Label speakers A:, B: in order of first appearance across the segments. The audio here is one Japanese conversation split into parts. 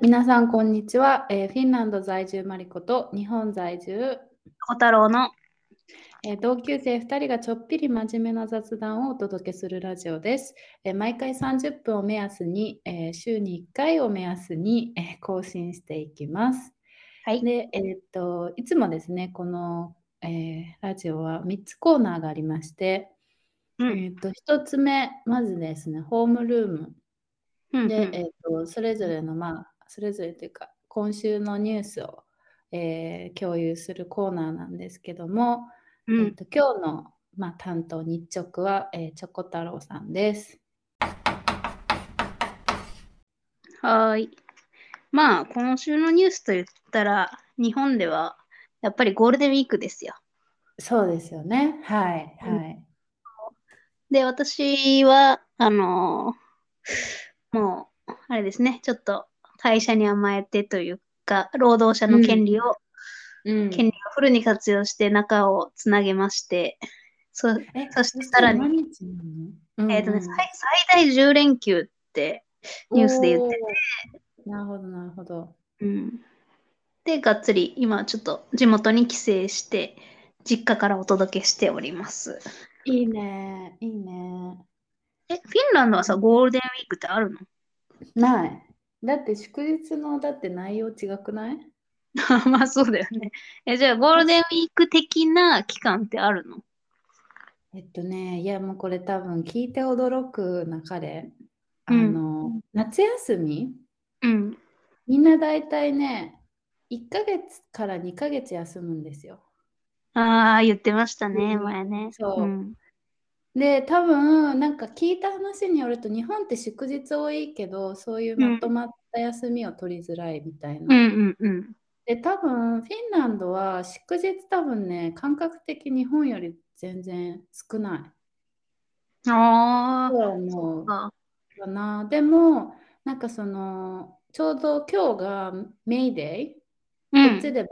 A: 皆さん、こんにちは、えーフィンランド在住マリコと日本在住、
B: 小太郎の
A: えー同級生2人がちょっぴり真面目な雑談をお届けするラジオです。えー毎回30分を目安に、えー週に1回を目安に、えー更新していきます。
B: はい
A: で、えーっと、いつもですね、この、えーラジオは3つコーナーがありまして、
B: うん
A: えーっと1つ目、まずですね、ホームルーム。
B: うん
A: で、えっ
B: う
A: とそれぞれのまあそれぞれというか今週のニュースを、えー共有するコーナーなんですけども、
B: んう
A: えっ
B: ん
A: と今日の、まあ、担当日直は、えー、チョコ太郎さんです。
B: はーい。まあ、今週のニュースと言ったら、日本ではやっぱりゴールデンウィークですよ。
A: そうですよね。はい、
B: うん
A: はい。
B: で、私は、あのーもう、あれですね、ちょっと会社に甘えてというか、労働者の権利を、
A: うん
B: 権利をフルに活用して中をつなげまして、そ
A: え
B: そしてさらに
A: 何日なの、
B: えっ、とね、
A: うん
B: 最最大10連休って、ニュースで言ってて
A: おーなるほど、なるほど。
B: うん。で、がっつり、今ちょっと地元に帰省して、実家からお届けしております。
A: いいね、いいね。
B: え、フィンランドはさ、ゴールデンウィークってあるの
A: ない。だって祝日のだって内容違くない
B: まあそうだよね。え、じゃあゴールデンウィーク的な期間ってあるの
A: えっとね、いやもうこれ多分聞いて驚く中で、あ
B: うん
A: の、夏休み、
B: うん。
A: みんな大体ね、1ヶ月から2ヶ月休むんですよ。
B: ああ、言ってましたね、
A: うん
B: 前ね。。
A: そうんで、多分なんか聞いた話によると、日本って祝日多いけど、そういうまとまった休みを取りづらいみたい
B: うん
A: な。
B: うんうん。
A: で、多分フィンランドは祝日多分ね、感覚的日本より全然少ない。
B: あ
A: とは思う。
B: あ、
A: かな。でも、なんかその、ちょうど今日がメイデイ、
B: う
A: こっ
B: ん。
A: ちでバ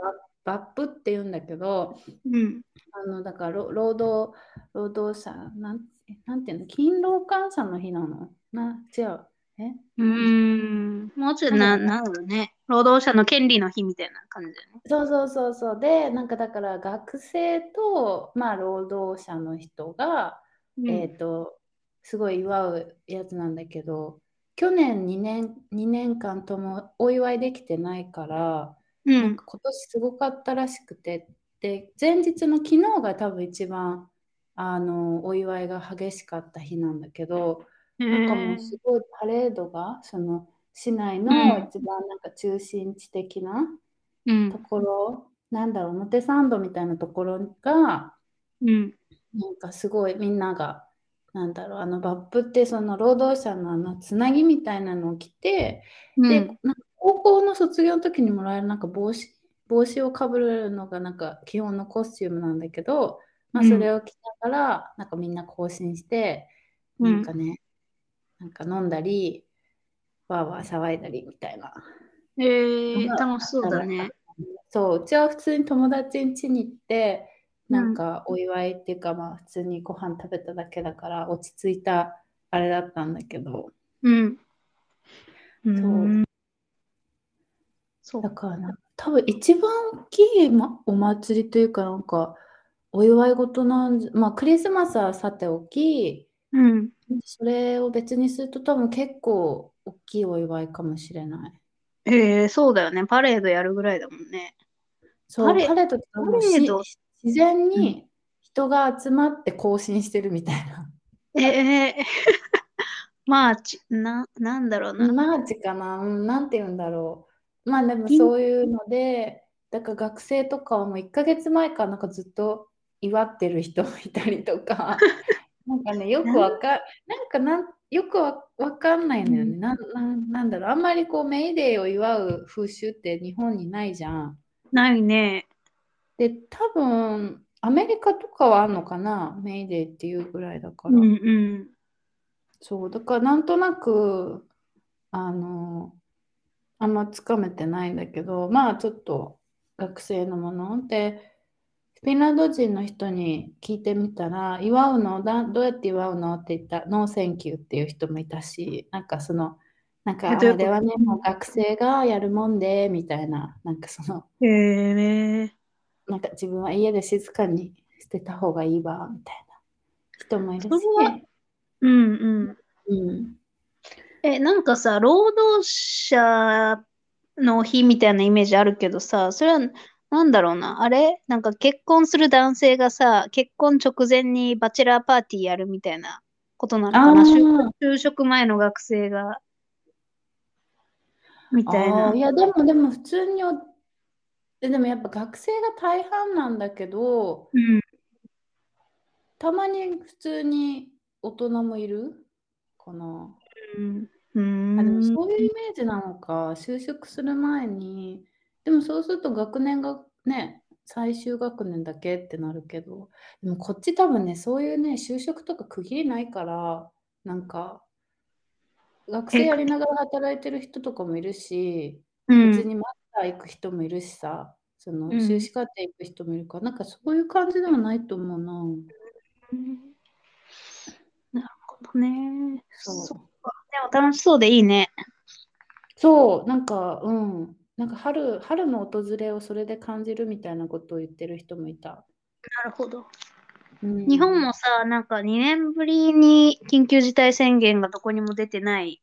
A: バップって言うんだけど、
B: うん。
A: あのだから労労働労働者なん、えなんていうの、勤労感謝の日なのな、違う。え
B: うーん。もうちょいな、なんだろうね。労働者の権利の日みたいな感じだよね。
A: そうそうそうそう。で、なんかだから学生と、まあ、労働者の人が、えっと、すごい祝うやつなんだけど、去年2年、2年間ともお祝いできてないから、
B: うん。
A: 今年すごかったらしくてで前日の昨日が多分一番あのお祝いが激しかった日なんだけど
B: う
A: なん
B: ん。
A: かもうすごいパレードがその市内の
B: うん
A: 一番なんか中心地的な
B: うん
A: と。ころ、なんだろう表参道みたいなところが
B: うん。
A: なんかすごいみんながなんだろうあのバップってその労働者のあのつなぎみたいなのを着てで、
B: うん
A: なんか高校の卒業の時にもらえるなんか帽子帽子をかぶるのがなんか基本のコスチュームなんだけど、まあ、
B: うん
A: それを着ながらなんかみんな行進して、
B: うん
A: なんかねなんか飲んだりわーわー騒いだりみたいな
B: ええ楽しそうだね。
A: そううちは普通に友達ん家に行ってなんかお祝いっていうか、まあ普通にご飯食べただけだから落ち着いたあれだったんだけど
B: うん。
A: ん
B: そう。
A: だからな多分一番大きい、ま、お祭りというかなんかお祝い事なんじまあクリスマスはさておき
B: うん。
A: それを別にすると多分結構大きいお祝いかもしれない。
B: ええそうだよね。パレードやるぐらいだもんね。
A: そう
B: パレ
A: パレードってもうし
B: パレード
A: 自然に人が集まって行進してるみたいな。
B: ええ まあ、ち、な、なんだろうな。
A: マーチかな、うんなんて言うんだろう。まあでもそういうので、だから学生とかはもう1ヶ月前からなんかずっと祝ってる人 いたりと か、なんかね、よくわか、なんかなんよくわわかんないのよね。
B: う
A: なんなんなんだろう、あんまりこうメイデーを祝う風習って日本にないじゃん。
B: ないね。
A: で、多分アメリカとかはあんのかな、メイデーっていうぐらいだか
B: う
A: ら。
B: んうん。
A: そう、だからなんとなく、あの、あんまつかめてないんだけど、まあちょっと学生のもので、フィンランド人の人に聞いてみたら、祝うのだ、どうやって祝うのって言ったら、ノーセンキューっていう人もいたし、なんかその、なんか、
B: え
A: あ
B: どういう
A: れ
B: こと
A: はね、もう学生がやるもんで、みたいな、なんかその、
B: へえ。
A: なんか自分は家で静かにしてた方がいいわ、みたいな人もいるし
B: それはうんうん。
A: うん。
B: え、なんかさ、労働者の日みたいなイメージあるけどさ、それはなんだろうな。あれなんか結婚する男性がさ、結婚直前にバチェラーパーティーやるみたいなことなのか
A: あ
B: な。
A: ー
B: 就就職前の学生が。みたい
A: あ
B: な
A: ー。いや、でも、でも普通にお、えでもやっぱ学生が大半なんだけど、
B: うん。
A: たまに普通に大人もいるかな。
B: うん。う
A: あ、でも
B: ーん。
A: そういうイメージなのか、就職する前に、でもそうすると学年がね、最終学年だけってなるけど、でもこっち多分ね、そういうね、就職とか区切りないから、なんか、学生やりながら働いてる人とかもいるし、
B: うん
A: 別にマスター行く人もいるしさ、その
B: うん
A: 修士課程行く人もいるから、なんかそういう感じではないと思うな。
B: うんなるほどね。
A: そう
B: そっか。でも楽しそうでいいね。
A: そう、なんか、うん、なんか春、春の訪れをそれで感じるみたいなことを言ってる人もいた。
B: なるほど。
A: うん
B: 日本もさ、なんか2年ぶりに緊急事態宣言がどこにも出てない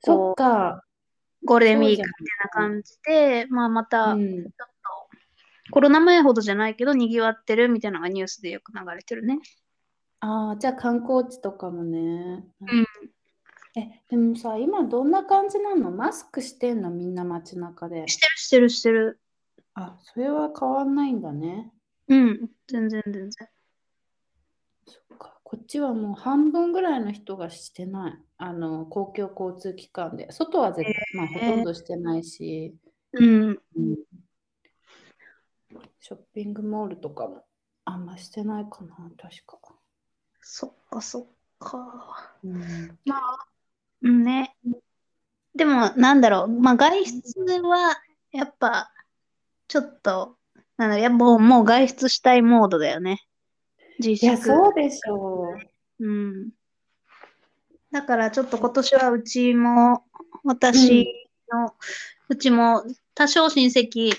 A: そっか、
B: ゴールデンウィークみ
A: そう
B: たいな感じで、まあま
A: じゃ
B: た
A: んうん、
B: コロナ前ほどじゃないけど賑わってるみたいなのがニュースでよく流れてるね。
A: ああ、じゃあ観光地とかもね。
B: ん
A: え、でもさ、今どんな感じなのマスクしてんのみんな街中で。
B: してるしてるしてる。
A: あ、それは変わんないんだね。
B: うん。全然全然。
A: そっか、こっちはもう半分ぐらいの人がしてない。あの、公共交通機関で。外は絶まあ、ほとんどしてないし、
B: うん。
A: うんショッピングモールとかもあんましてないかな、確か。
B: そっかそっか。
A: うん、
B: うんね。でも、なんだろう。まあ、外出は、やっぱ、ちょっと、なんだろう。やっぱもう、もう外出したいモードだよね。自
A: いや、
B: 粛。
A: そうでしょ
B: うん。だから、ちょっと今年はうちも、私の、うちも、多少親戚、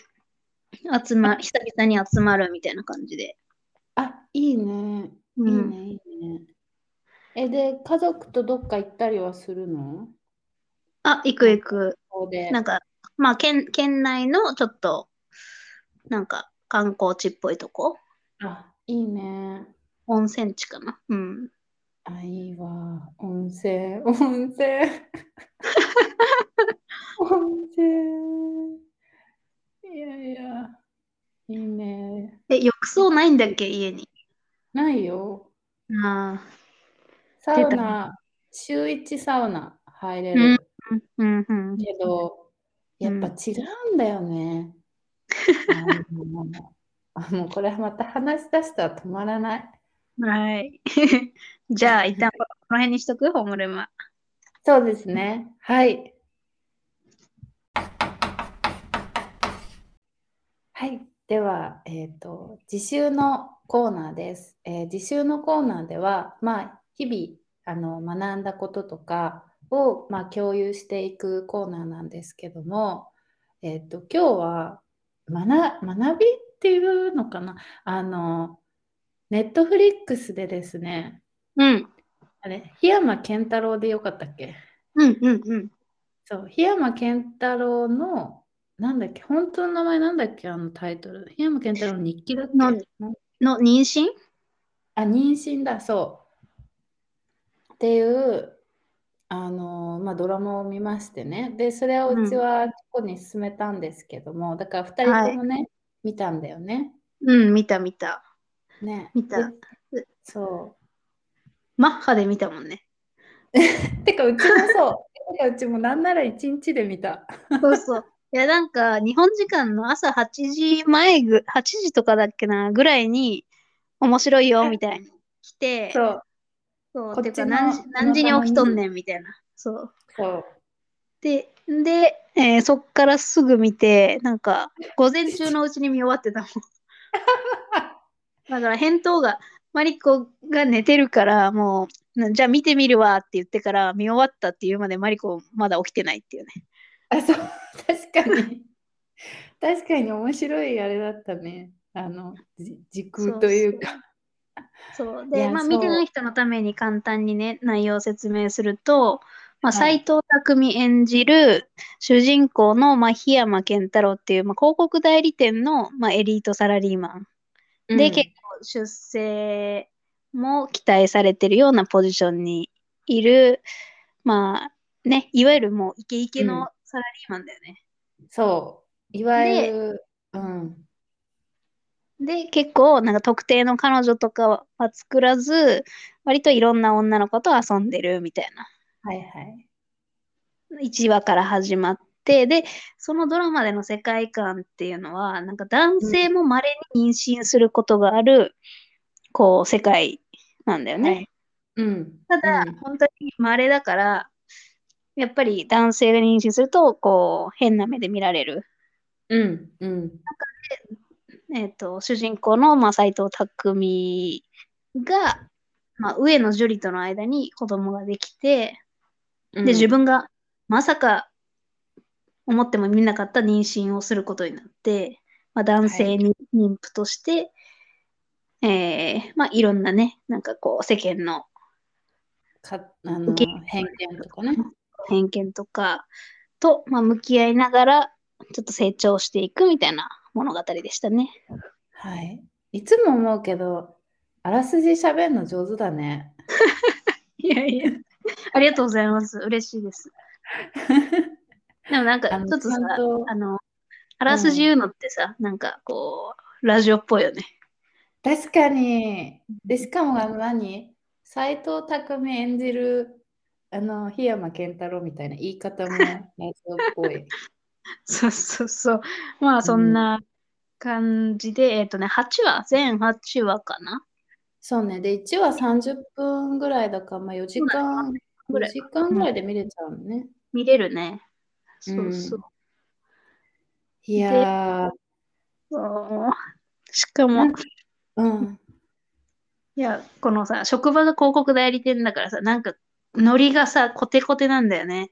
B: 集ま、久々に集まるみたいな感じで。
A: う。あ、いいね。いい
B: うん。
A: ね、いいね。え、で、家族とどっか行ったりはするの
B: あ、行く行く。
A: ここで。
B: なんか、まあ、県、県内のちょっと、なんか、観光地っぽいとこ
A: あ、いいね。
B: 温泉地かなうん。
A: あ、いいわ。温泉、温泉。 温泉。いやいや、いいね。
B: え、浴槽ないんだっけ家に。
A: ないよ。
B: あ
A: サ
B: 出た
A: ウナ、週一サウナ入れ
B: うん
A: る
B: あ。うん、うん。
A: けど、やっ
B: うん
A: ぱ違うんだよね。 あのあもうこれはまた話し出したら止まらない。
B: はい。 じゃあ、一旦この辺にしとく、ホームルームは。
A: そうですね。はい。はい。では、えっ、と、自習のコーナーです。えー自習のコーナーでは、まあ、日々、あの、学んだこととかを、まあ、共有していくコーナーなんですけども、えっ、と、今日は、学、学びっていうのかなあの、ネットフリックスでですね、
B: うん。
A: あれ、檜山健太郎でよかったっけ
B: うん、うん、うん。
A: そう、檜山健太郎の、なんだっけ、本当の名前なんだっけ、あのタイトル。檜山健太郎の日記だっけ
B: なん
A: なん
B: の、妊娠
A: あ、妊娠だ、そう。っていう、あのーまあ、ドラマを見ましてね。で、それをうちはここに進めたんですけども、だから2人ともね、見たんだよね。
B: うん、見た見た。
A: ね。
B: 見た
A: で。そう。
B: マッハで見たもんね。
A: てか、うちもそう。てか、うちもなんなら1日で見た。
B: そう そう。いや、なんか、日本時間の朝8時前ぐ、8時とかだっけな、ぐらいに、面白いよ、みたいに来て、
A: そう。
B: そう
A: こっち
B: てか
A: の
B: 何時、何時に起きとんねん、みたいな。そう。
A: そう。
B: で、で、えーそっからすぐ見て、なんか、午前中のうちに見終わって たもん。だから、返答が、マリコが寝てるから、もなじゃあ見てみるわって言ってから見終わったっていうまでマリコまだ起きてないっていうね。
A: あ、そう、 確かに。確かに面白いあれだったね。あの、じ時空というか。
B: そう
A: い
B: で、
A: や
B: まあ、
A: そう
B: 見てない人のために簡単にね内容を説明すると、まあ、
A: はい
B: 斎藤工演じる主人公の、まあ、檜山健太郎っていう、まあ、広告代理店の、まあ、エリートサラリーマンで、
A: うん
B: 結構出世も期待されてるようなポジションにいるまあねいわゆるもうイケイケ
A: うん
B: のサラリーマンだよね。
A: そう。いわゆる、うん。
B: で結構なんか特定の彼女とかは作らず割といろんな女の子と遊んでるみたいな。
A: はいはい。
B: 1話から始まってでそのドラマでの世界観っていうのはなんか男性もまれに妊娠することがある、こう世界なんだよね。
A: はいうん。
B: ただ、
A: うん
B: 本当にまれだからやっぱり男性が妊娠するとこう変な目で見られる、
A: うん。うん。
B: えー、と主人公の、まあ、斎藤工が、まあ、上野樹里との間に子供ができて、
A: うん
B: で、自分がまさか思ってもみなかった妊娠をすることになって、まあ、男性に妊婦として、い、えーまあ、いろんなね、なんかこう、世間の
A: かあの
B: 受け
A: 偏見とかね。
B: 偏見とかと、まあ、向き合いながら、ちょっと成長していくみたいな物語でしたね。
A: はい。いつも思うけど、あらすじ喋るの上手だね。
B: いやいや、ありがとうございます。嬉しいです。でもなん か、ち
A: あ
B: ょ
A: の
B: っと
A: ちゃ
B: さ
A: んと、
B: あの、あらすじ言うのってさ、なんかこう、ラジオっぽいよね。
A: 確かに。で、しかもあの何斎藤工演じるあの檜山健太郎みたいな言い方もラジオっぽ い。
B: そうそうそう。まあそんな感じで、えっとね、8話、全8話かな。
A: そうね。で、1話30分ぐらいだから、まあ、4時間、
B: ぐら
A: 4
B: い
A: 時間ぐらいで見れちゃうね。
B: 見れるね。そううんそう。
A: いやー、
B: そうしか
A: な
B: も
A: ん、うん。
B: いや、このさ、職場が広告代理店だからさ、なんか、ノリがさ、コテコテなんだよね。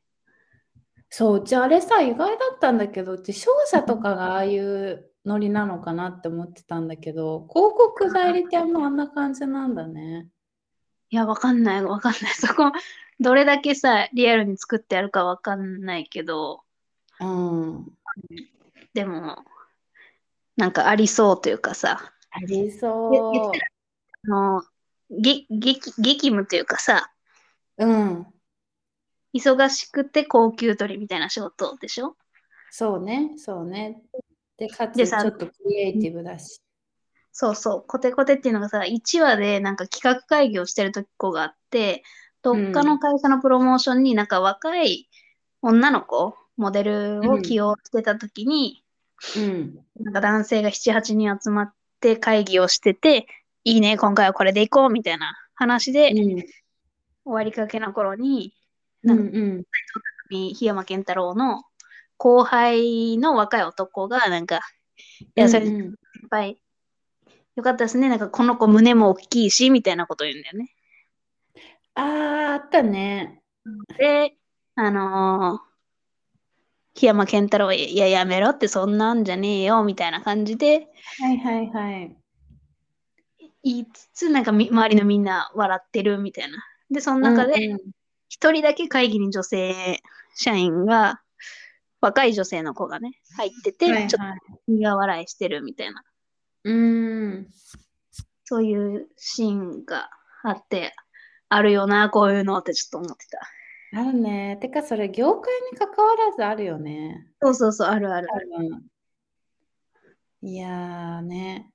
A: そう、うちあれさ、意外だったんだけど、うち商社とかがああいうノリなのかなって思ってたんだけど、広告代理店もあんな感じなんだね。
B: いや、わかんない、わかんない。そこ、どれだけさ、リアルに作ってあるかわかんないけど、
A: うん。
B: でも、なんかありそうというかさ、
A: ありそう。
B: あの、げ、激、激務というかさ、
A: うん。
B: 忙しくて高給取りみたいな仕事でしょ
A: そうね、そうね。で、かつ
B: で
A: ち
B: さ
A: ょっとクリエイティブだし。
B: そうそう、コテコテっていうのがさ、1話でなんか企画会議をしてるとこがあって、どっかの会社のプロモーションになんか若い女の子、モデルを起用してた時に、
A: うん。
B: なんか男性が7、8人集まって会議をしてて、いいね、今回はこれでいこうみたいな話で、終
A: うん。
B: わりかけの頃に、
A: う
B: なんんか
A: うん。
B: 檜山健太郎の後輩の若い男がなんか、いや、それ
A: うんうん
B: いっぱい。よかったですね。なんかこの子胸も大きいし、みたいなこと言うんだよね。
A: ああ、あったね。
B: で、あのー、檜山健太郎は、いや、やめろってそんなんじゃねえよ、みたいな感じで
A: はいはいはい。
B: 言いつつ、なんかみ周りのみんな笑ってるみたいな。で、その中で、
A: うんうん
B: 一人だけ会議に女性社員が、若い女性の子がね、入ってて、
A: はい
B: ちょっ
A: はい。
B: と苦笑いしてるみたいな、
A: うん。
B: そういうシーンがあって、あるよな、こういうのってちょっと思ってた。
A: あるね。てか、それ、業界に関わらずあるよね。
B: そうそうそう、あるある。
A: 多分。いやーね。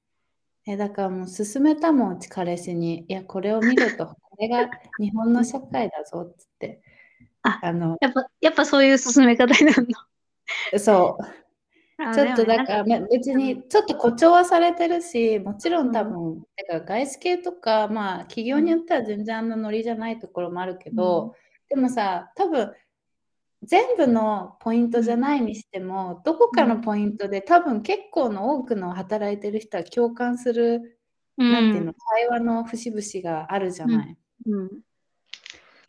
A: え、だからもう、勧めたもん、うち彼氏に。いや、これを見ると、これが日本の社会だぞ、つって。
B: あ
A: あの、
B: やっぱ、やっぱそういう進め方になる
A: そう。
B: の。、
A: ちょっとだかららね別にちょっと誇張はされてるしもちろん多分、だから外資系とかまあ企業によっては全然あんなノリじゃないところもあるけど、でもさ多分全部のポイントじゃないにしてもどこかのポイントで多分結構の多くの働いてる人は共感する、
B: うん、
A: なんていうの会話の節々があるじゃない。
B: うん、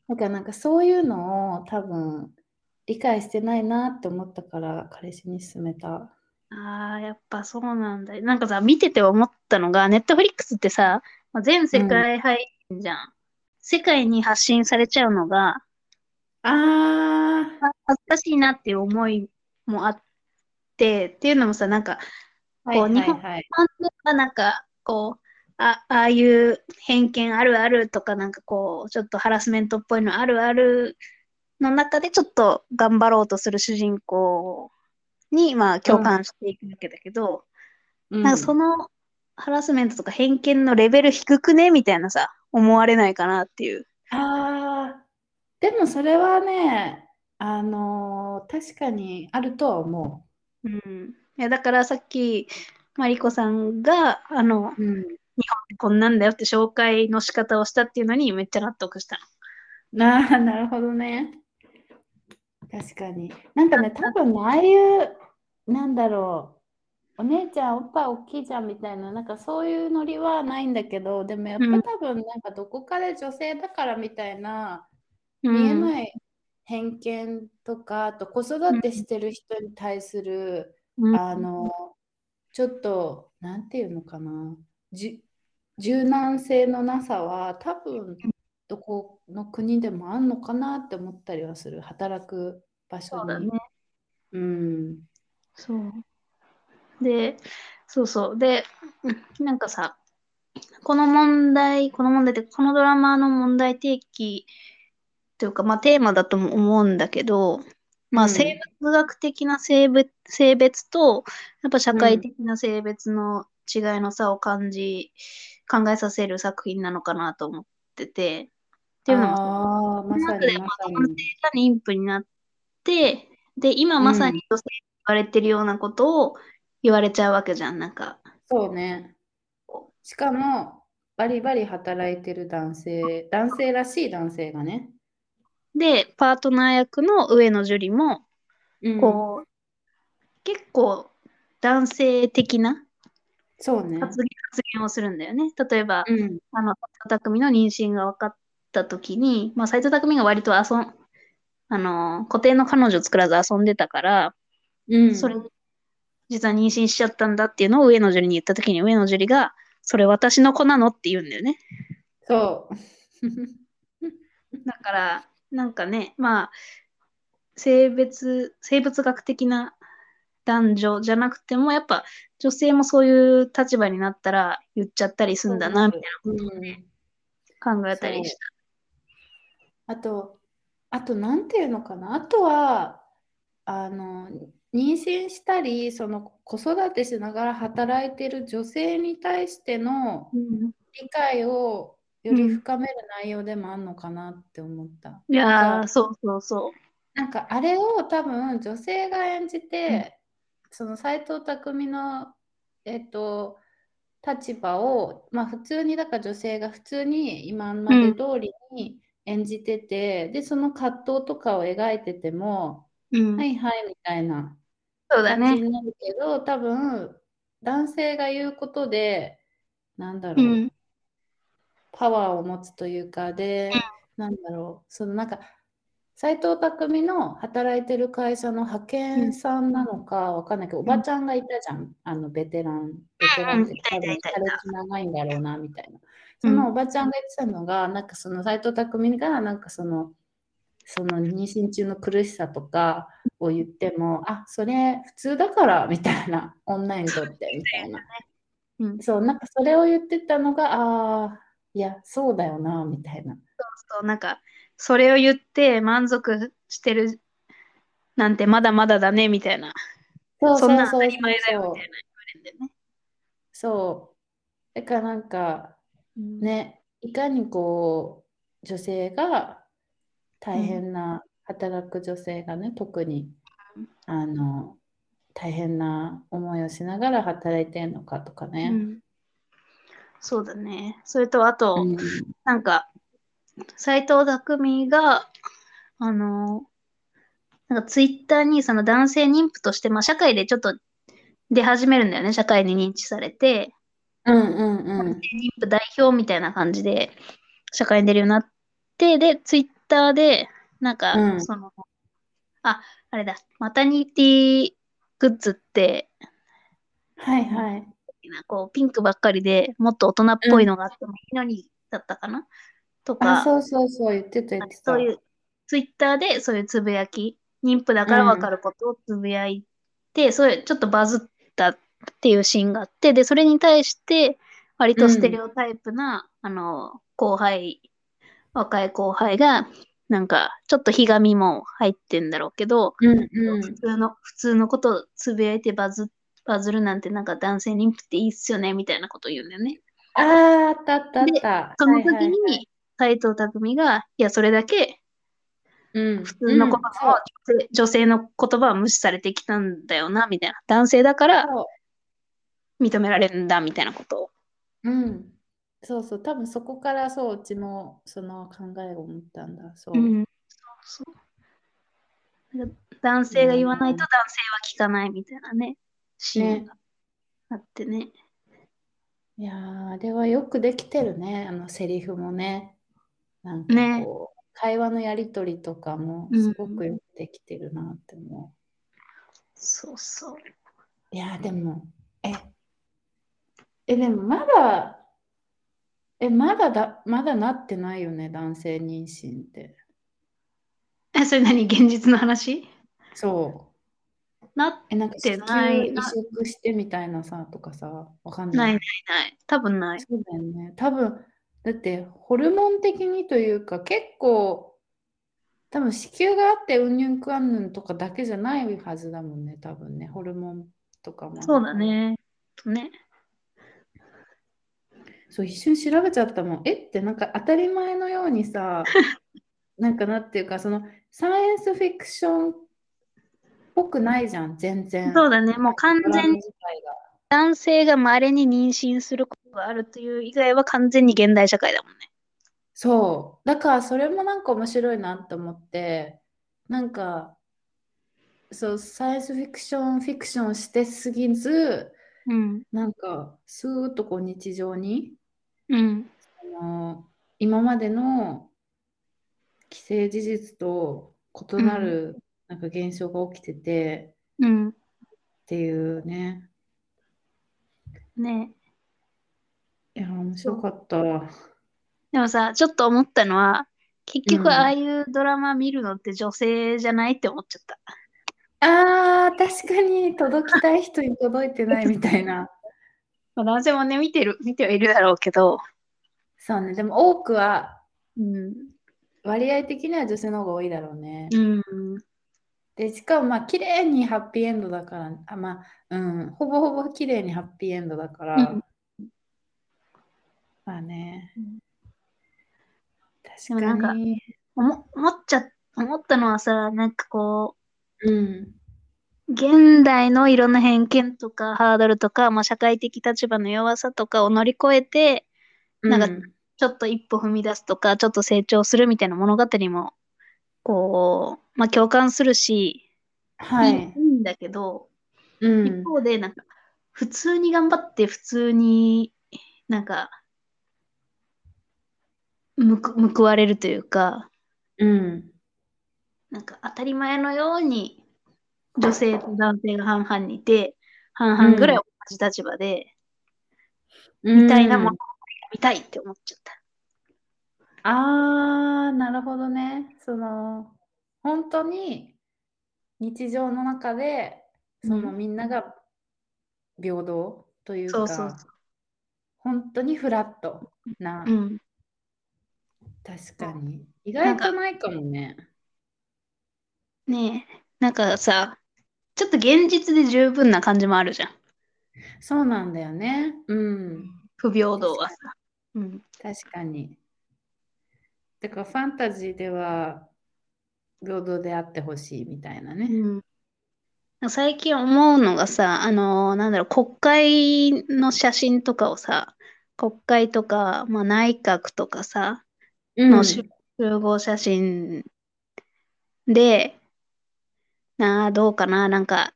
A: だからなんかそういうのを多分理解してないなって思ったから彼氏に勧めた。
B: ああ、やっぱそうなんだ。なんかさ、見てて思ったのが、ネットフリックスってさ、まあ全世界配信じゃん。世界に発信されちゃうのが、
A: ああ、
B: 恥ずかしいなっていう思いもあって、っていうのもさ、なんか、
A: はいはい
B: 日本
A: はい。
B: 本当はなんか、こう、あああいう偏見あるあるとか、なんかこう、ちょっとハラスメントっぽいのあるあるの中で、ちょっと頑張ろうとする主人公に、まあ、共感していくわけだけど、
A: うん
B: なんかそのハラスメントとか偏見のレベル低くねみたいなさ、思われないかなっていう。
A: ああ、でもそれはね、あのー確かにあるとは思
B: うん。いや、だからさっき、マリコさんが、あの、
A: う。うん。
B: こんなんだよって紹介の仕方をしたっていうのにめっちゃ納得した。
A: なあ、なるほどね。確かに。なんかね、多分ねああいう、なんだろう、お姉ちゃん、おっぱい大きいじゃんみたいな、なんかそういうノリはないんだけど、でもやっぱ
B: うん
A: 多分、なんかどこかで女性だからみたいな、
B: う
A: 見え
B: ん。
A: ない偏見とか、あと子育てしてる人に対する、
B: うん
A: あの、ちょっと、なんていうのかな、じ柔軟性のなさは、多分どこの国でもあんのかなって思ったりはする、働く場所
B: そうだ
A: に。
B: ね。
A: うん、
B: そう。で、そうそう。で、うんなんかさ、この問題、この問題って、このドラマの問題提起というか、まあテーマだとも思うんだけど、ま
A: う
B: あ
A: ん
B: 生物学的な性別,、性別と、やっぱ社会的な性別の違いの差を感じ、考えさせる作品なのかなと思ってて、っていうのもさ
A: ああ、まさにまさ
B: 男性
A: に。
B: が妊婦になって、で、今まさに女性に言われてるようなことを言われちゃうわけじゃん、なんか。
A: そうね。しかも、バリバリ働いてる男性、男性らしい男性がね。
B: で、パートナー役の上野樹里も、
A: うん、
B: こう、結構男性的な
A: そうね。
B: 発言発言をするんだよね。例えば、
A: うん、
B: あの、斎藤匠の妊娠が分かった時に、まあ、斎藤匠が割と遊ん、あの、固定の彼女を作らず遊んでたから、
A: うん、
B: それ、実は妊娠しちゃったんだっていうのを上野樹里に言った時に上野樹里が、それ私の子なのって言うんだよね。
A: そう。
B: だから、なんかね、まあ、性別、生物学的な男女じゃなくても、やっぱ女性もそういう立場になったら言っちゃったりするんだな、みたい
A: うん
B: な考えたりした。
A: あと、あと、なんていうのかな、あとは、あの、妊娠したり、その子育てしながら働いてる女性に対しての
B: うん
A: 理解をより
B: うん
A: 深める内容でもあるのかなって思った。
B: いや
A: そう
B: ー、そうそうそ
A: なんか、あれを多分女性が演じて、その斎藤匠の、えっと、立場を、まあ、普通にだから女性が普通に今まで通りに演じてて、でその葛藤とかを描いてても、
B: う。うん、
A: はいはいみたいな
B: そうだ
A: 感じ
B: ね。
A: になるけど、多分男性が言うことでなんだ
B: う
A: ろう、
B: ん。
A: パワーを持つというかで、なんだろうそのなんか斎藤匠の働いてる会社の派遣さんなのかわかんないけど、おばちゃんがいたじゃんあのベテランベテランって
B: いたいたいたい
A: 多
B: た
A: 分彼氏長いんだろうなみたいな
B: う
A: そ
B: ん
A: のおばちゃんが言ってたのが、なんかその斎藤匠がなんかそのその妊娠中の苦しさとかを言ってもあそれ普通だからみたいな女にとってみたいな、
B: うん
A: そうなんかそれを言ってたのがあーいやそうだよなみたいな
B: そう、なんか、それを言って満足してるなんてまだまだだね、みたいな。
A: そう
B: そ
A: そ
B: ん
A: う
B: なん
A: そ
B: 当た
A: う
B: り前だよ、み
A: そう
B: たいな言われるんだよね。
A: そうだからなんか
B: うん
A: ねいかにこう女性が大変な、働く女性がね特に
B: うん
A: あの大変な思いをしながら働いてるのかとか
B: う
A: ね。
B: んそうだね。それと、あと、
A: うん
B: なんか、斎藤匠が、あの、なんかツイッターにその男性妊婦として、まあ社会でちょっと出始めるんだよね。社会に認知されて、
A: うんうんうん
B: 妊婦代表みたいな感じで社会に出るようになって、で、ツイッターで、なんか、
A: うん
B: その、あ、あれだ、マタニティグッズって、
A: はいはい。
B: こう、ピンクばっかりでもっと大人っぽいのがあってもいいのに、だったかなと
A: あ、
B: か、
A: そうそうそう、言ってた言ってた。
B: そういう、ツイッターでそういうつぶやき、妊婦だからわかることをつぶやいて、それちょっとバズったっていうシーンがあって、で、それに対して、割とステレオタイプな、あの、後輩、若い後輩が、なんか、ちょっとひがみも入ってんだろうけど、
A: うんうん
B: 普通の、普通のことをつぶやいてバズ、バズるなんて、なんか男性妊婦っていいっすよね、みたいなこと言うんだよね。
A: ああ、あったあったあった。
B: その時
A: はいはいはい
B: に、斎藤匠が、いや、それだけ
A: うん、
B: 普通の言
A: うん
B: 葉は、女性女性の言葉は無視されてきたんだよな、みたいな。男性だから
A: そう
B: 認められるんだ、みたいなことを。
A: うん、そうそう、多分そこからそう、うちもその考えを持ったんだ。そう。
B: うんそうそう男性が言わないと男性は聞かないみたいなね、シーンがあってね。
A: いやー、あれはよくできてるね、あのセリフもね。なんか
B: ね
A: こう、会話のやりとりとかも
B: うん
A: すごくよくできてるなって思
B: そうそう。
A: う。いやー、でも、え、え、でもまだ、え、まだだ、まだなってないよね、男性妊娠って。
B: え、それ何現実の話
A: そう。
B: な、
A: え、なんか
B: てない
A: 子宮移植してみたいなさとかさ、わかん
B: な
A: ない。
B: ないいない。多分ない。
A: そうだよね。多分、だってホルモン的にというか、結構、多分子宮があってうんにゅんくわんぬんとかだけじゃないはずだもんね、多分ね、ホルモンとかも。
B: そうだ。ね。とね。
A: そう、一瞬調べちゃったもん。えって、なんか当たり前のように さ、なんかなんていうか、そのサイエンスフィクションっぽくないじゃん、全然。
B: そうだね。もう完
A: ドラマ
B: 全に
A: 自体が
B: 男性が稀に妊娠することがあるという以外は完全に現代社会だもんね。
A: そう。だからそれもなんか面白いなと思って、なんか、そう、サイエンスフィクション、フィクションしてすぎず、
B: うん。
A: なんか、スーッとこう日常に、
B: うん。
A: あの、今までの既成事実と異なる、なんか現象が起きてて
B: うん。
A: っていうね。
B: ね
A: いや、面白かった。
B: でもさ、ちょっと思ったのは、結
A: うん
B: 局ああいうドラマ見るのって女性じゃないって思っちゃった。
A: ああ、確かに 届きたい人に届いてないみたいな。
B: まあ、男性もね、見てる、見てはいるだろうけど、
A: そうね、でも多くは、
B: うん。
A: 割合的には女性の方が多いだろうね。
B: うん。
A: で、しかもまあ綺麗にハッピーエンドだから、あ、まあ、うん、ほぼほぼ綺麗にハッピーエンドだから、
B: うん
A: まあね
B: うん。で
A: 確
B: も
A: か
B: なんか
A: に。
B: おも思っちゃ、思ったのはさ、なんかこ
A: うん。
B: う、現代のいろんな偏見とかハードルとか、まあ、社会的立場の弱さとかを乗り越えて、なんか
A: うん
B: ちょっと一歩踏み出すとか、ちょっと成長するみたいな物語も、こう、まあ共感するし、
A: はい
B: いい
A: い。
B: いんだけど、
A: うん。
B: 一方で、なんか、普通に頑張って、普通になんか、むく報われるというか、
A: うん。
B: なんか当たり前のように、女性と男性が半々にいて、半々ぐらい同じ立場で、みたいなもの
A: う
B: を
A: ん
B: 見たいって思っちゃった。
A: あー、なるほどね。その、本当に日常の中で、その
B: うん
A: みんなが平等という
B: そう
A: か、
B: そうそ
A: 本当にフラットな、
B: うん。
A: 確か
B: う
A: に。意外
B: なんか
A: とないかもね。
B: ねえ、なんかさ、ちょっと現実で十分な感じもあるじゃん。
A: そうなんだよね。うん。
B: 不平等はさ。うん。
A: 確かに。だからファンタジーでは平等であってほしいみたいなね。
B: 最近思うのがさ、あのーなんだろう、国会の写真とかをさ、国会とか、まあ、内閣とかさ、
A: うん
B: の集集合写真で、なあ、どうかな、なんか、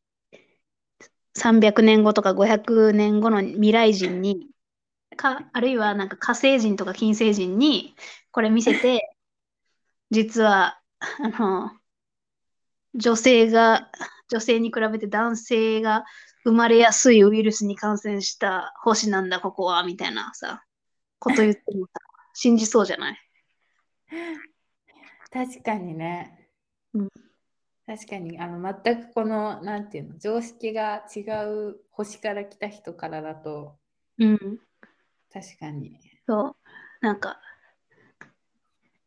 B: 300年後とか500年後の未来人に、か、あるいはなんか火星人とか金星人にこれ見せて、 実は、あの、女性が、女性に比べて男性が生まれやすいウイルスに感染した星なんだ、ここは、みたいなさ、こと言ってもさ、信じそうじゃない
A: 確かにね、
B: うん
A: 確かにあの全くこのなんていうの常識が違う星から来た人からだと
B: うん。
A: 確かに
B: そう。なんか、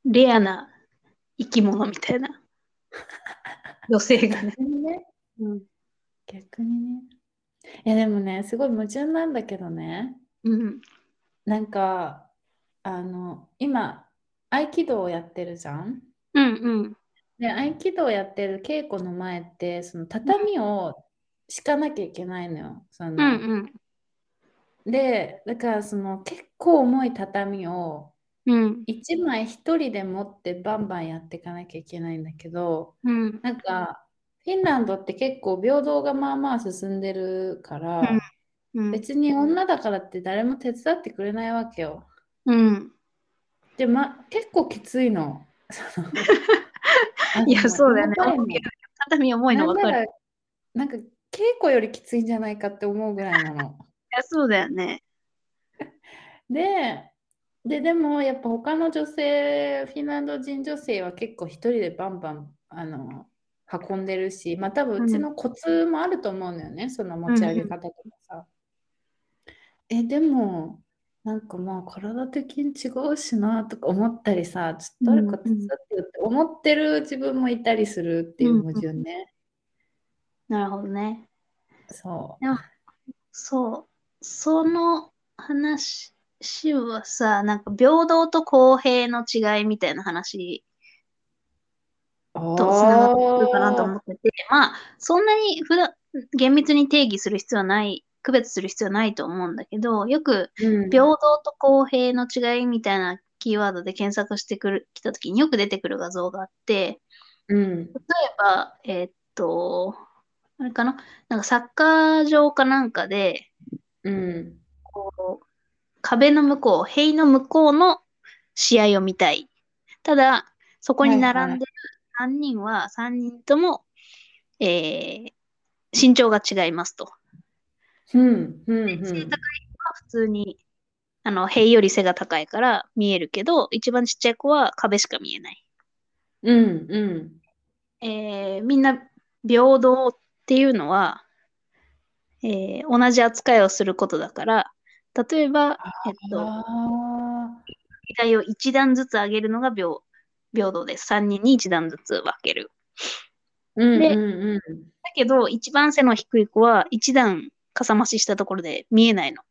B: レアな生き物みたいな。女性がね。
A: 逆にね
B: うん。
A: 逆にねいやでもねすごい矛盾なんだけどね
B: うん。
A: なんかあの今合気道をやってるじゃん
B: うんうん。
A: で合気道をやってる稽古の前ってその畳を敷かなきゃいけないのよその、
B: うんうん。
A: でだからその結構重い畳を
B: うん。
A: 1枚1人で持ってバンバンやっていかなきゃいけないんだけど
B: うん。
A: なんかフィンランドって結構平等がまあまあ進んでるから、
B: うん。
A: 別に女だからって誰も手伝ってくれないわけよ。
B: うん。
A: で、ま、結構きついの。 その
B: いや
A: あの
B: そうだよね
A: 重いの
B: 畳重いの
A: なん
B: 分か
A: な
B: る。い
A: らなんか稽古よりきついんじゃないかって思うぐらいなの。
B: や、そうだよね。
A: で、で、でもやっぱ他の女性、フィンランド人女性は結構一人でバンバン、あの、運んでるし、まあ多分うちのコツもあると思うんだよね、その持ち上げ方とかさ。え、でも、なんかまあ体的に違うしなとか思ったりさ、ちょっと誰か手伝ってよって思ってる自分もいたりするっていう矛盾ね。
B: なるほどね。
A: そ
B: そう。その話はさ、なんか平等と公平の違いみたいな話
A: う。
B: とつながってくるかなと思ってて、まあ、そんなに普段厳密に定義する必要はない、区別する必要はないと思うんだけど、よく
A: うん
B: 平等と公平の違いみたいなキーワードで検索してくる、来た時によく出てくる画像があって、
A: うん。
B: 例えば、えーっと、あれかななんかサッカー場かなんかで、
A: うん。
B: こう壁の向こう、塀の向こうの試合を見たい。ただ、そこに並んでる3人は3人とも、えー身長が違いますと。
A: うん。うん。
B: 背
A: う
B: 高い
A: ん
B: のは普通にあの塀より背が高いから見えるけど、一番ちっちゃい子は壁しか見えない。
A: うんうん
B: えーみんな平等っていうのは、えー同じ扱いをすることだから、例えば、えっと、
A: あ
B: 階を1段ずつ上げるのが平平等です。3人に1段ずつ分ける。
A: ーうん
B: で
A: うんうん
B: だけど、一番背の低い子は1段かさ増ししたところで見えないの。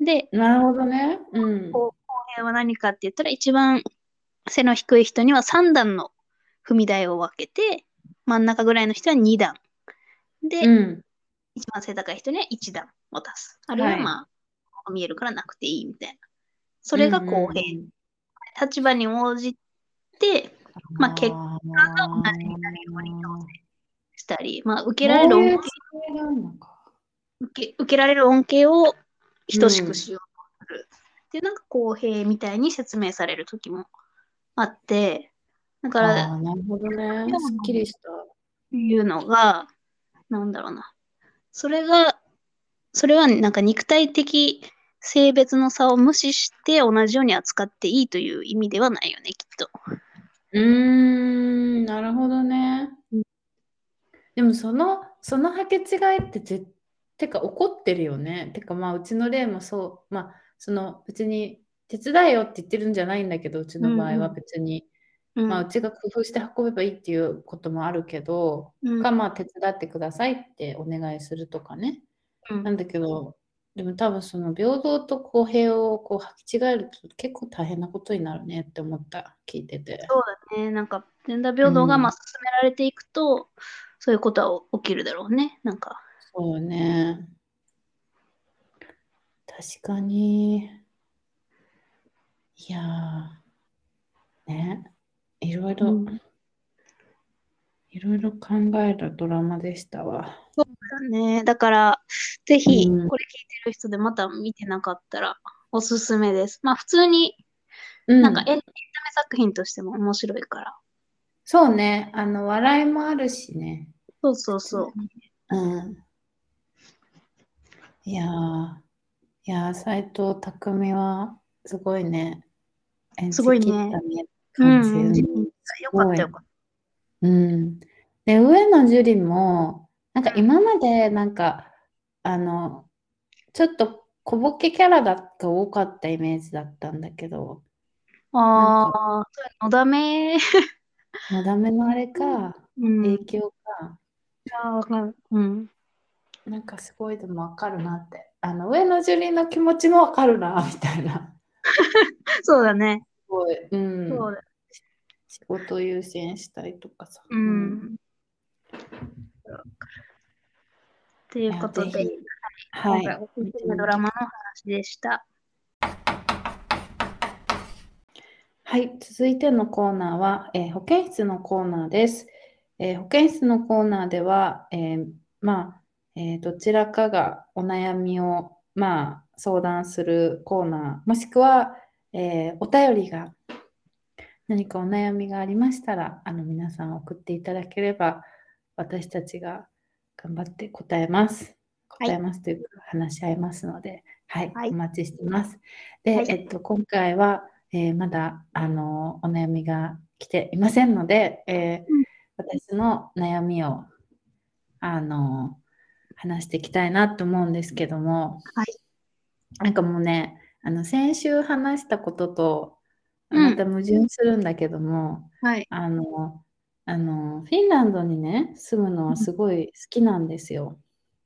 B: で、
A: なるほどね。うん。
B: こ公平は何かって言ったら、一番背の低い人には3段の踏み台を分けて、真ん中ぐらいの人は2段。で、
A: うん。
B: 一番背高い人には1段を足す。あるいは
A: はい
B: まあ、見えるからなくていいみたいな。それが公平。立場に応じて、まあ結果
A: が
B: 同じになるように調整したり、まあ、
A: け
B: 受けられる
A: うい
B: 恩恵
A: う違いがあるのか。
B: 受け受けられる恩恵を等しくしようとする。で、なんか公平みたいに説明される時もあって、だか
A: あ
B: ら、
A: あ、なるほどね。すっきりした。
B: いうのが、なんだろうな。それが、それはなんか肉体的性別の差を無視して同じように扱っていいという意味ではないよね、きっと。
A: うーん、なるほどね。でもその、そのはけ違いって絶てか怒ってるよね。てかまあうちの例もそう、まあその別に手伝えよって言ってるんじゃないんだけど、うちの場合は別に。
B: うん
A: まあ、うちが工夫して運べばいいっていうこともあるけど、
B: うん
A: かまあ手伝ってくださいってお願いするとかね。
B: うん
A: なんだけど、でも多分その平等と公平をこう履き違えると結構大変なことになるねって思った、聞いてて。
B: そうだね。なんか、ジェンダー平等が
A: うん
B: まあ進められていくと、そういうことは起きるだろうね。なんか、
A: そうね。確かに。いやー、ね。いろいろ、
B: うん
A: いろいろ考えたドラマでしたわ。
B: だね。だから、ぜひ、これ
A: う
B: 聞い
A: ん
B: てる人でまた見てなかったら、おすすめです。まあ、普通に、
A: う
B: なんかエンエンタメ作品としても面白いから。
A: そうね、あの、笑いもあるしね。
B: そうそうそう。
A: うん。いやー、いやー、斎藤匠はすごいね。演じ
B: すごいね
A: 切ったね。
B: うん
A: 完全に
B: うんよかったよかっ
A: うん。で、上野樹里も、なんか今まで、なんか、あの、ちょっと小ボケキャラだが多かったイメージだったんだけど、
B: た。ああ、そういうのだめ。
A: のだめのあれか、
B: うん
A: 影。響か、
B: あーうん。
A: なんかすごいでもわかるなって、あの、上野樹里の気持ちもわかるな、みたいな。
B: そうだね。
A: すごい、うん。
B: そうだ。
A: 仕事優先したりとかさ。
B: う
A: うん
B: ん。ということ
A: いやぜ
B: で、
A: は
B: 今回
A: い。
B: おすすめドラマの話でした。
A: はい、続いてのコーナーは、えー保健室のコーナーです。えー保健室のコーナーでは、えーまあえーどちらかがお悩みを、まあ、相談するコーナー、もしくは、えーお便りが何かお悩みがありましたら、あの皆さん送っていただければ、私たちが頑張って答えます。
B: はい
A: 答えますというか、話し合いますので、はい、
B: はい
A: お待ちしています。で、
B: はい
A: えっと、今回は、えーまだあのお悩みが来ていませんので、えー
B: うん
A: 私の悩みをあの話していきたいなと思うんですけども、
B: はい
A: なんかもうねあの先週話したことと
B: うん
A: また矛盾するんだけども、
B: はい。
A: あのあのフィンランドにね住むのはすごい好きなんですよ。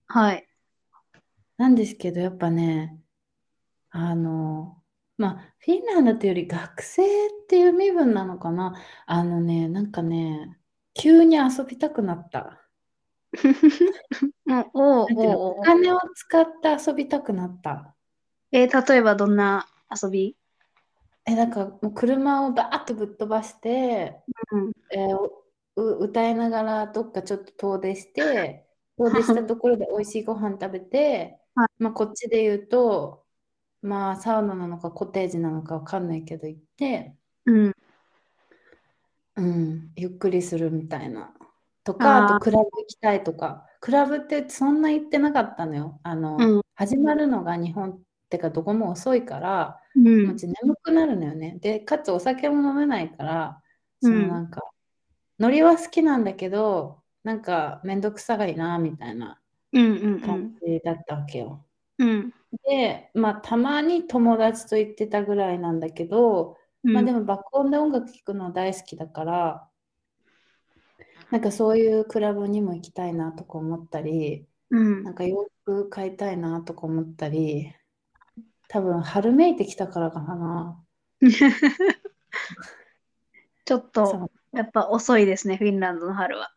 B: はい。
A: なんですけど、やっぱね、あの、まあ、フィンランドというより学生っていう身分なのかな。あのね、なんかね、急に遊びたくなった。
B: もうお
A: なん
B: う
A: ていうの
B: おうお
A: お
B: う
A: 金を使って遊びたくなった。
B: えー例えばどんな遊び
A: え、なんかもう車をバーッとぶっ飛ばして、
B: うん。
A: えーう歌いながらどっかちょっと遠出して、遠出したところで美味しいご飯食べて
B: は、
A: まあ、こっちで言うと、まあ、サウナなのかコテージなのかわかんないけど行って、
B: うん。
A: うん、ゆっくりするみたいな。とか、
B: あー
A: あとクラブ行きたいとか、クラブってそんな行ってなかったのよ。あの、
B: うん
A: 始まるのが日本ってかどこも遅いから、
B: う。
A: もうんち眠くなるのよね。で、かつお酒も飲めないから、その
B: うん
A: なんか、ノリは好きなんだけど、なんかめんどくさがいな、みたいな
B: うんうんう
A: 感
B: ん。
A: じだったわけよ。
B: うん。
A: で、まあたまに友達と行ってたぐらいなんだけど、まあでも爆音で音楽聴くの大好きだから、なんかそういうクラブにも行きたいなとか思ったり、
B: うん
A: なんか洋服買いたいなとか思ったり、多分春めいてきたからかな。
B: ちょっ
A: そ
B: と、
A: う
B: やっぱ遅いですね、フィンランドの春 は。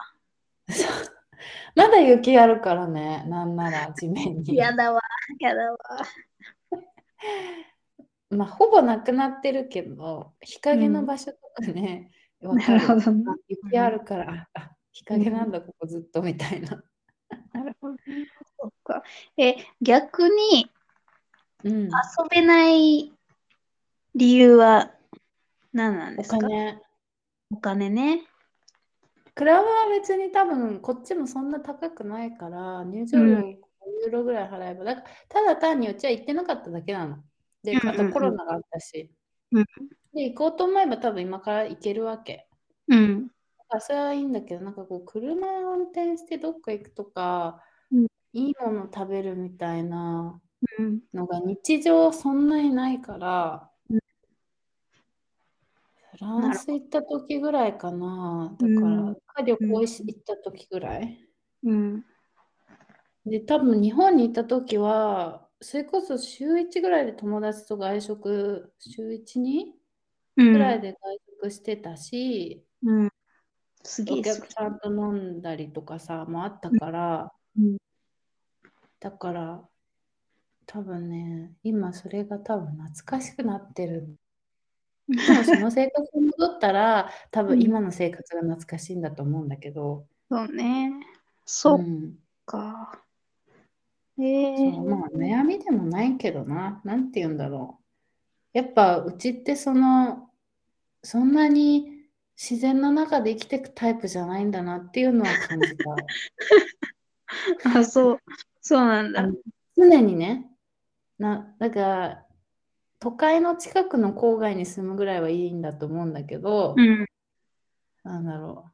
A: まだ雪あるからね、なんな ら地面に。
B: やだわ、やだわ。
A: まあほぼなくなってるけど、日陰の場所とかね、 わかる。
B: どね
A: あ雪あるから、ああ日陰なんだ、ここずっとみたいな。
B: なるほど。そっか。え、逆に
A: うん、
B: 遊べない理由は何なん
A: お
B: ですか
A: 金。
B: お金ね。
A: クラブは別に多分こっちもそんな高くないから入場料
B: う
A: 5ユーロぐらい払えばだからただ単にうちは行ってなかっただけなの。で、
B: うんうん
A: あとコロナがあったし。
B: うん
A: で、行こうと思えば多分今から行けるわけ。
B: うん。
A: だからそれはいいんだけど、なんかこう車を運転してどっか行くとか、
B: うん
A: いいもの食べるみたいな
B: うん。
A: のが日常そんなにないから、
B: うん
A: フランス行った時ぐらいかな。だ
B: なる
A: か
B: ほど
A: ら、旅行し
B: うん
A: 行った時ぐらい。
B: うん。
A: で、多分日本に行った時は、それこそ週1ぐらいで友達と外食、週1、に
B: うん
A: ぐらいで外食してたし、
B: うん。すげ
A: お
B: えす
A: 客さんと飲んだりとかさ、もあったから、
B: うん
A: だから、多分ね、今それが多分懐かしくなってる。
B: げえ
A: でもその生活に戻ったら、多
B: うん
A: 分今の生活が懐かしいんだと思うんだけど、
B: そうね。
A: う、
B: そうんか。ええ
A: そうまあ悩みでもないけどな、なんて言うんだろう。やっぱうちってその、そんなに自然の中で生きていくタイプじゃないんだなっていうのは感じた。
B: あ、そう、そうなんだ
A: あ。の常にね、な、だから、都会の近くの郊外に住むぐらいはいいんだと思うんだけど、
B: うん。
A: なんだろう。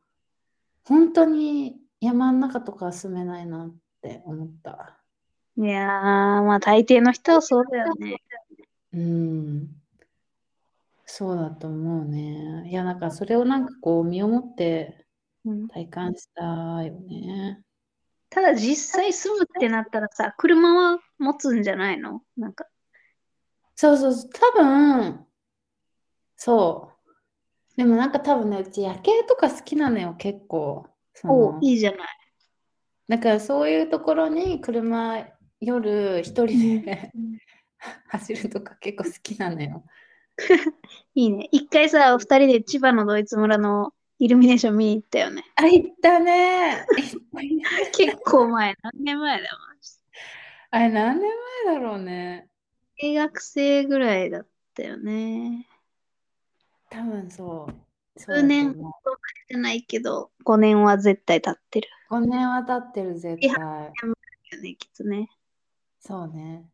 A: 本当に山の中とかは住めないなって思った。
B: いやー、まあ大抵の人はそうだよね。
A: うん。そうだと思うね。いや、なんかそれをなんかこう身をもって
B: うん、
A: 体感したよね。
B: ただ実際住むってなったらさ、車は持つんじゃないのなんか。
A: そうそうそう、多分、そう。でもなんか多分ね、うち夜景とか好きなのよ、結構。そ
B: お
A: の
B: いいじゃない。
A: だからそういうところに車、夜一人で走るとか結構好きなのよ。
B: いいね。一回さ、二人で千葉のドイツ村のイルミネーション見に行ったよね。
A: あ、行ったね。行ったね
B: 結構前、 何年前だよ。
A: あれ何年前だろうね。
B: 大学生ぐらいだったよね。
A: 多分そう。
B: 数年じゃないけど、5年は絶対経ってる
A: 5年は経ってる、絶対。
B: よね、きっとね。
A: そうね。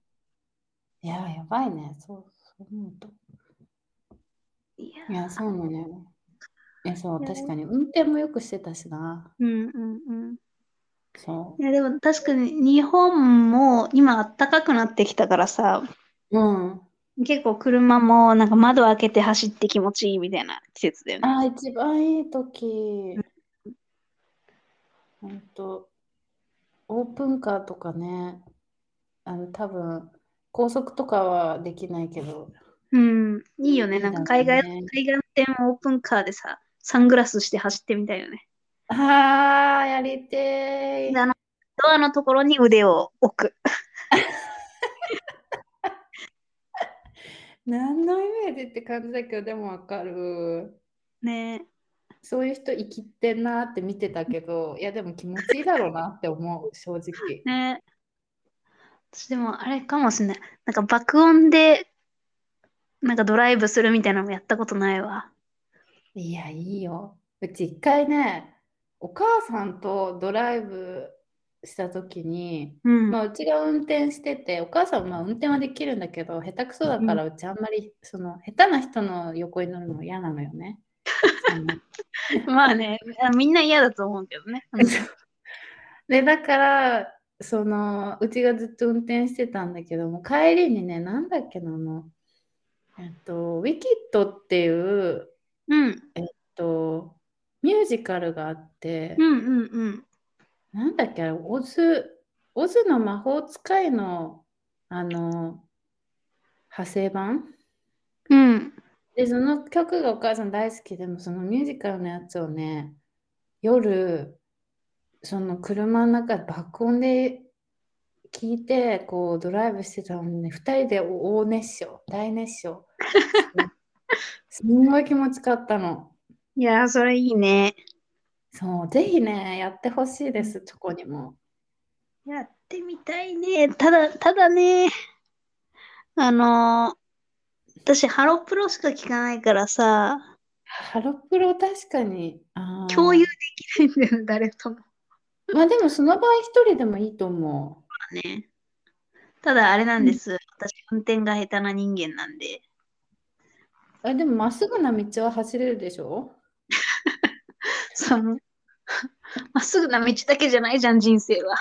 A: いや、やばいね。そう、そう思うと。
B: い
A: い
B: や
A: や、そうなのよ。いや、そう、
B: ね
A: 確かに。運転もよくしてたしな。
B: うんうんうん。
A: そ
B: いやでも確かに日本も今暖かくなってきたからさ、
A: う。うん。
B: 結構車もなんか窓開けて走って気持ちいいみたいな季節だよね。
A: ああ、一番いい時。ほんと、オープンカーとかね、あの、多分、高速とかはできないけど、
B: うん、いいよね。なんか
A: い
B: 海
A: い
B: 外、
A: だろうね
B: 海岸線をオープンカーでさ、サングラスして走ってみたいよね。
A: ああ、やりて
B: で
A: ー。
B: あの、ドアのところに腕を置く。
A: 何のイメージって感じだけど、でもわかる。
B: ね
A: そういう人生きてんなーって見てたけど、いや、でも気持ちいいだろうなって思う、正直。
B: ね私でもあれかもしれない。なんか爆音で、なんかドライブするみたいなのもやったことないわ。
A: いや、いいよ。うち一回ね、お母さんとドライブした時に、
B: うん。
A: まあ、うちが運転してて、お母さんはまあ運転はできるんだけど、下手くそだから、うちあんまり、その、下手な人の横に乗るの嫌なのよね。あの
B: まあね、あみんな嫌だと思うけどね。
A: で、だから、その、うちがずっと運転してたんだけども、帰りにね、なんだっけな、あの、えっと、ウィキッドっていう、
B: うん、
A: えっと、ミュージカルがあって、
B: うん、うん、うん。
A: なんだっけあれ、オズ、オズの魔法使いの、あの、派生版
B: うん。
A: で、その曲がお母さん大好きでも、そのミュージカルのやつをね、夜、その車の中で爆音で聞いて、こう、ドライブしてたのにね、2人で大熱唱、大熱 唱。すんごい気持ちかったの。
B: いやー、それいいね。
A: そう、ぜひね、やってほしいです、チョコにも。
B: やってみたいね。ただ、ただね、あのー私、ハロプロしか聞かないからさ、
A: ハロプロ確かに。あー
B: 共有できないんだよね、誰とも。
A: まあでもその場合一人でもいいと思
B: ね。ただあれなんです。私、運転が下手な人間なんで。
A: う。あでもまっすぐな道は走れるでしょ
B: そのまっすぐな道だけじゃないじゃん、人生 は。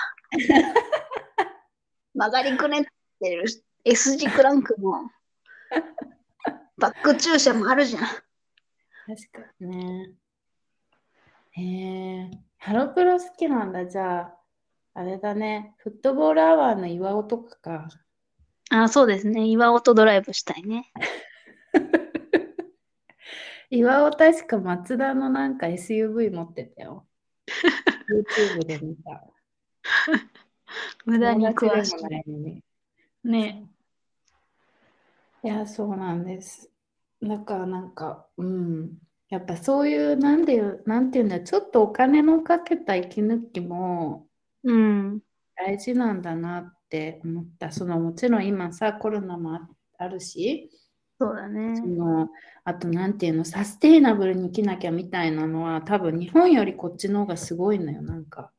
B: 曲がりくねってる S 字クランクも、バック駐車もあるじゃん。
A: 確かにね。へえ、ハロプロ好きなんだ。じゃあ、あれだね。フットボールアワーの岩尾とかか。
B: あそうですね。岩尾とドライブしたいね。
A: 岩尾確か松田のなんか SUV 持ってた よ。YouTube で見た。
B: 無駄に
A: 友
B: 詳し
A: 達でもないのに。
B: い。ね。
A: いや、そうなんです。だからなんか、うん、やっぱそういう、なんでいう、なんていうんだ、ちょっとお金のかけた息抜きも
B: うん。
A: 大事なんだなって思った。そのもちろん今さ、コロナもああるし、
B: そうだね
A: そ。のあとなんていうのサステイナブルに生きなきゃみたいなのは多分日本よりこっちの方がすごいのよなんか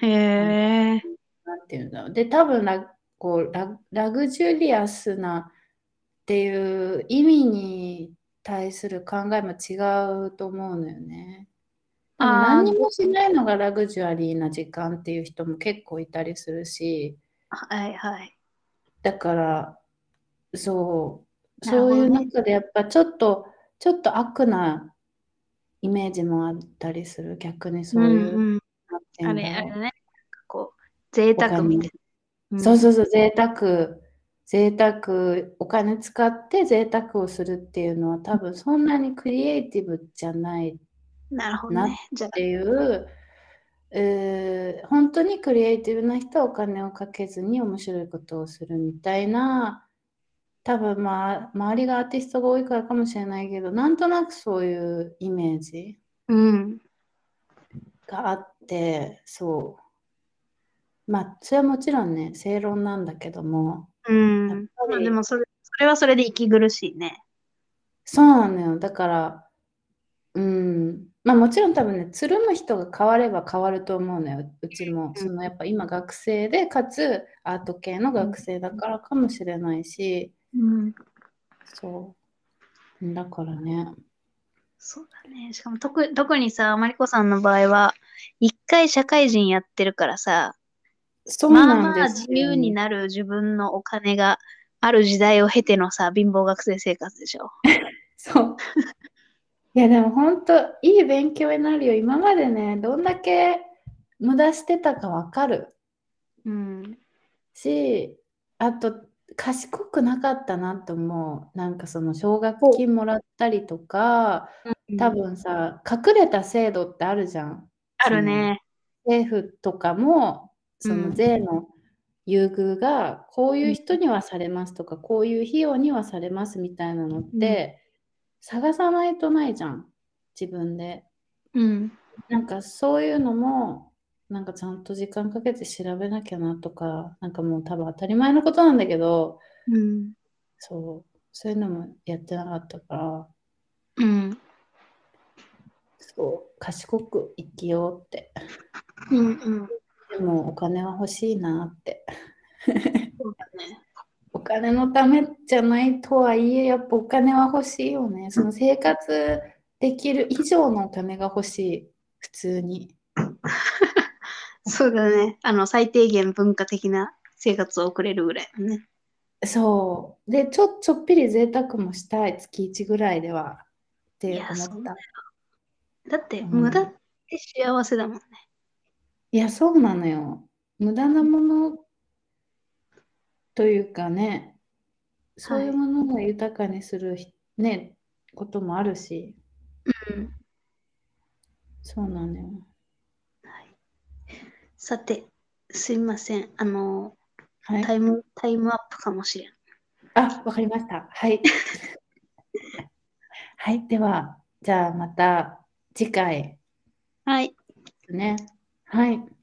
B: へえ。
A: なんていうんだろうで多分ラこうララグジュリアスなっていう意味に対する考えも違うと思うのよね。でも
B: あー
A: 何にもしないのがラグジュアリーな時間っていう人も結構いたりするし
B: はいはい。
A: だからそう
B: なるほ
A: そう
B: ど
A: い
B: ね
A: う中でやっぱちょっとちょっと悪なイメージもあったりする逆にそういう。
B: んうん。
A: なんてい
B: あ
A: うんだろう
B: れあれね。なんかこう、贅沢みたいな。
A: そう
B: う
A: そうそう、贅沢、贅沢、お金使って贅沢をするっていうのは多分そんなにクリエイティブじゃないっ
B: ん。なるほど
A: な
B: ね。じゃあ、
A: ていう、えー本当にクリエイティブな人はお金をかけずに面白いことをするみたいな、多分まあ、周りがアーティストが多いからかもしれないけど、なんとなくそういうイメージ
B: うん。
A: があって、そう。まあ、それはもちろんね、正論なんだけども、
B: うん。
A: やっぱり
B: まあでもそれ、それはそれで息苦しいね。
A: そうなのよ。だから、うん、まあもちろん多分ね、つるむ人が変われば変わると思うのよ、うちも。そのやっぱ今学生で、かつアート系の学生だからかもしれないし、
B: うん。
A: そう。だからね。
B: そうだね。しかも特、特にさ、マリコさんの場合は、一回社会人やってるからさ、
A: そう
B: まあ
A: なん
B: まあ
A: です
B: 自由に
A: な
B: なる自分のお金がある時代を経てのさ、貧乏学生生活でしょ。
A: そう。いやでも本当、いい勉強になるよ。今までね、どんだけ無駄してたかわかる。
B: うん。
A: し、あと賢くなかったなと思う。なんかその奨学金もらったりとか、多分さ、隠れた制度ってあるじゃん。
B: あるね。
A: 政府とかも、そ
B: う
A: の
B: ん
A: 税の優遇がこういう人にはされますとか、こういう費用にはされますみたいなのって、探さないとないじゃん。自分で。
B: うん。
A: なんかそういうのも、なんかちゃんと時間かけて調べなきゃなとか、なんかもう多分当たり前のことなんだけど、
B: うん。
A: そう、そういうのもやってなかったから、
B: うん。
A: そう、賢く生きようって。
B: うん。うん。
A: でもお金は欲しいなって。
B: そうだね。
A: お金のためじゃないとはいえ、やっぱお金は欲しいよね。その生活できる以上のお金が欲しい、普通に。
B: そうだね。あの、最低限文化的な生活を送れるぐらいだね。
A: そう。で、ちょ、ちょっぴり贅沢もしたい、月1ぐらいでは。って
B: い
A: 思
B: やそう
A: っ
B: だ
A: た
B: よ。だって、
A: うん
B: 無駄って幸せだもんね。
A: いや、そうなのよ。無駄なものというかね、そういうものを豊かにするひ、ね、こともあるし、
B: うん。
A: そうなのよ。
B: さて、すいません。あの、
A: はい。
B: タイム、タイムアップかもしれん。
A: あ、わかりました。 はい。はい。では、じゃあまた次回
B: はい。
A: ね。はい。